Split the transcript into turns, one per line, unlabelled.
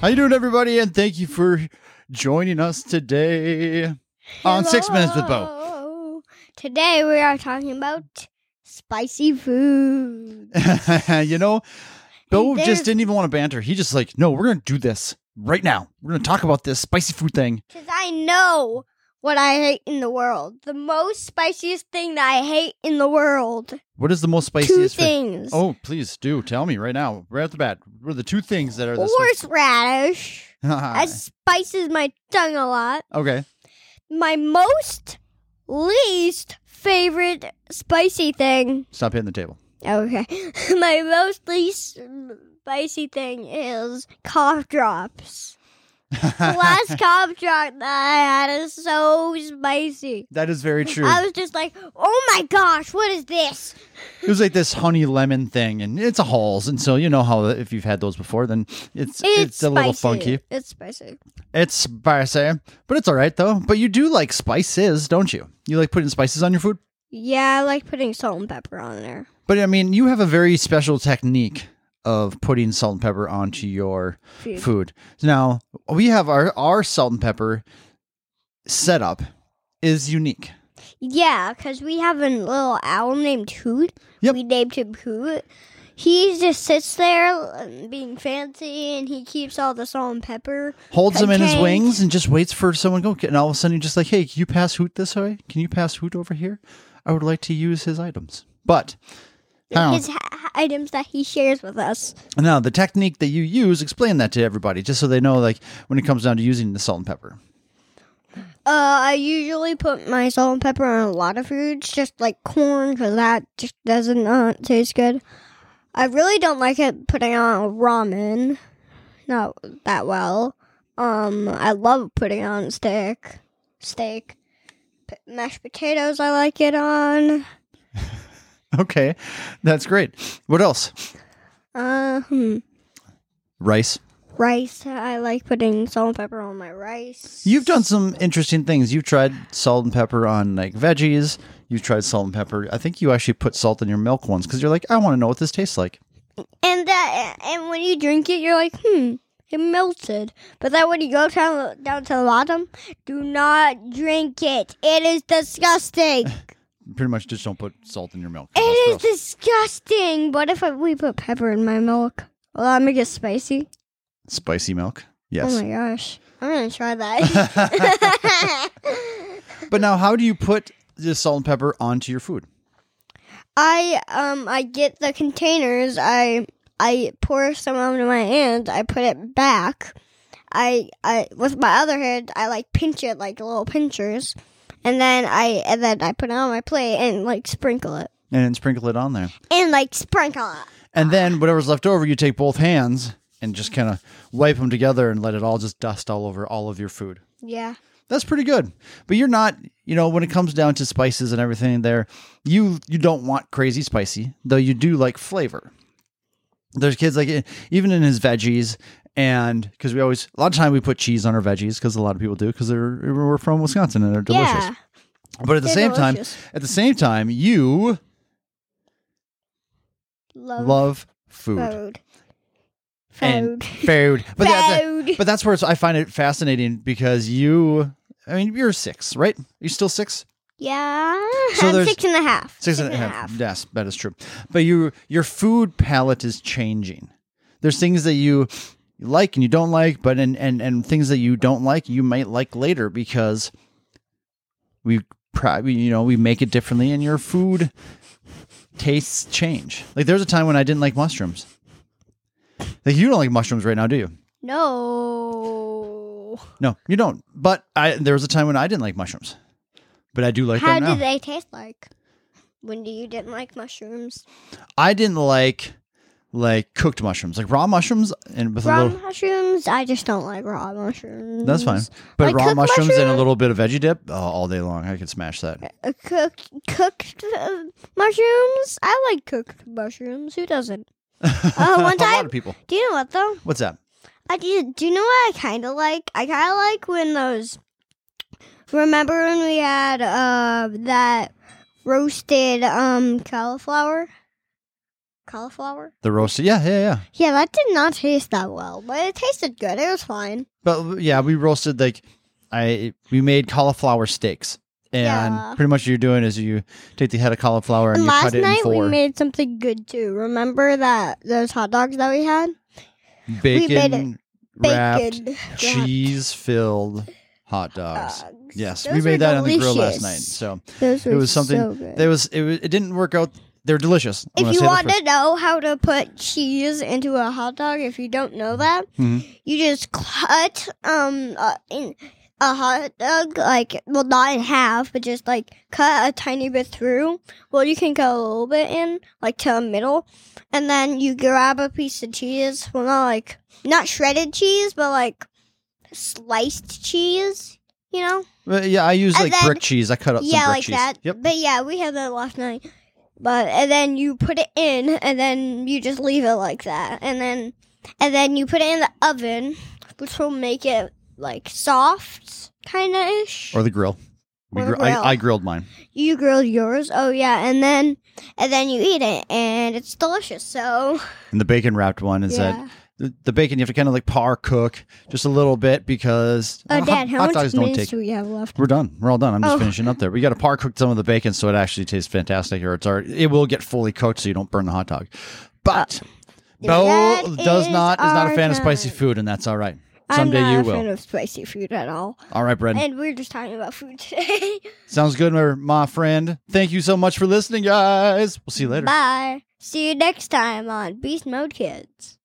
How you doing, everybody? And thank you for joining us today on Six Minutes with Bo.
Bo. Today we are talking about spicy food.
you know, Bo
there's-
just didn't even want to banter. He just like, no, we're gonna do this right now. We're gonna talk about this spicy food thing.
Because I know what I hate in the world. The most spiciest thing that I hate in the world.
What is the most
Two
spiciest food?
things.
Oh, please do tell me right now, right off the bat. What are the two things that are the
Horseradish. That
most?
spices my tongue a lot.
okay.
My most least favorite spicy thing.
Stop hitting the table.
Okay. my most least spicy thing is cough drops. The last cough drop that I had is so spicy.
that is very true.
I was just like, oh my gosh, what is this?
it was like this honey lemon thing, and it's a Halls, and so you know how if you've had those before, then it's it's, a little
spicy.
funky.
It's spicy.
It's spicy, but it's all right though. But you do like spices, don't you? You like putting spices on your food.
Yeah, I like putting salt and pepper on there.
But I mean, you have a very special technique of putting salt and pepper onto your
Food.
food. Now, we have our our salt and pepper setup is unique.
Yeah, because we have a little owl named Hoot.
Yep.
We named him Hoot. He just sits there um, being fancy and he keeps all the salt and pepper.
Holds them in his
Okay.
wings and just waits for someone to go. And all of a sudden, you're just like, "Hey, can you pass Hoot this way? Can you pass Hoot over here? I would like to use his items." But I don't
His ha- items that he shares with us.
know. now the technique that you use, explain that to everybody, just so they know, like when it comes down to using the salt and pepper.
Uh, I usually put my salt and pepper on a lot of foods, just like corn, because that just doesn't uh, taste good. I really don't like it putting on ramen, not that well. Um, I love putting on steak, steak, P- mashed potatoes. I like it on.
Okay, that's great. What else?
Uh, hmm,
Rice.
rice. I like putting salt and pepper on my rice.
You've done some interesting things. You've tried salt and pepper on like veggies. You've tried salt and pepper. I think you actually put salt in your milk once because you're like, I want to know what this tastes like.
And that, and when you drink it, you're like, hmm, it melted. But then when you go down down to the bottom, do not drink it. It is disgusting.
Pretty much just don't put salt in your milk.
It
That's gross.
is disgusting. What if I, we put pepper in my milk? Will that make it spicy?
spicy milk.
Oh
Yes.
my gosh, I'm gonna try that.
but now, how do you put the salt and pepper onto your food?
I um I get the containers. I I pour some onto my hand. I put it back. I I with my other hand I like pinch it like little pinchers, and then I and then I put it on my plate and like sprinkle it
And then sprinkle it on there.
and like sprinkle it.
And then whatever's left over, you take both hands and just kind of wipe them together and let it all just dust all over all of your food.
Yeah.
that's pretty good. But you're not, you know, when it comes down to spices and everything there, you you don't want crazy spicy, though you do like flavor. There's kids like eh, even in his veggies and because we always a lot of time we put cheese on our veggies because a lot of people do because they're we're from Wisconsin and they're delicious.
Yeah.
but at the
they're
same
delicious.
time, at the same time, you
Love,
love food.
food.
and
Food.
food. But, that- that-
Food.
but that's where it's, I find it fascinating because you, I mean, you're six, right? you still six?
Yeah.
So there's-
six and a half.
Six and a half. Yes, that is true. But you, your food palette is changing. There's things that you like and you don't like, but and and and things that you don't like, you might like later because we probably you know we make it differently, and your food tastes change. Like there's a time when I didn't like mushrooms. Like you don't like mushrooms right now, do you?
No.
No, you don't. But I there was a time when I didn't like mushrooms, but I do like
How
them now.
do they taste like? Wendy, you didn't like mushrooms.
I didn't like like cooked mushrooms, like raw mushrooms, and with a
Raw
little.
mushrooms, I just don't like raw mushrooms.
That's fine, but
Like
raw
cooked
mushrooms and a
mushroom-
little bit of veggie dip oh, all day long. I could smash that.
Uh, cooked cooked uh, mushrooms. I like cooked mushrooms. Who doesn't? Uh, one
a lot
time,
of people.
do you know what though?
What's that?
I do. Do you know what I kind of like? I kind of like when those. Remember when we had uh that roasted um cauliflower? cauliflower.
The roasted, yeah, yeah, yeah.
Yeah, that did not taste that well, but it tasted good. It was fine.
But yeah, we roasted like I we made cauliflower steaks, and
Yeah.
pretty much what you're doing is you take the head of cauliflower and,
And
you
last
cut it in
night we
four.
made something good too. Remember that those hot dogs that we had?
bacon,
made Bacon
wrapped,
wrapped
cheese filled hot dogs.
dogs.
Yes,
Those
we
were
made that on the grill last
delicious.
night. So
Those were
it was something
so good.
there was it, was it didn't work out. They're delicious. I'm
if
gonna
you
say that
want
first.
to know how to put cheese into a hot dog, if you don't know that,
Mhm.
you just cut um uh, in a hot dog like well not in half, but just like cut a tiny bit through. Well, you can cut a little bit in, like to a middle, and then you grab a piece of cheese. Well, not like not shredded cheese, but like sliced cheese. You know,
Well, yeah, I use
And
like
then-
brick cheese. I cut up some
yeah,
brick
like
cheese.
that.
Yep.
But yeah, we had that last night. But and then you put it in, and then you just leave it like that, and then and then you put it in the oven, which will make it like soft, kind of ish.
Or the grill. We
Or the
gr- I,
grill.
I grilled mine.
You grilled yours, oh yeah, and then and then you eat it, and it's delicious. So
And the bacon wrapped one is that
yeah.
the, the bacon you have to kind of like par cook just a little bit because
Oh,
hot-
Dad, how
hot
much
dogs don't
minutes
take.
do we have left?
We're done. We're all done. I'm just
Oh.
finishing up there. We got to par cook some of the bacon so it actually tastes fantastic, or it's already, it will get fully cooked so you don't burn the hot dog. But
Uh, that
Bo does
is
not is not a
our
fan of spicy
time.
food, and that's all right.
I'm
Someday
not
you
a
will.
fan of spicy food at all,
all right, Brendan.
and we're just talking about food today.
Sounds good, my- my friend. Thank you so much for listening, guys. We'll see you later.
Bye. See you next time on Beast Mode Kids.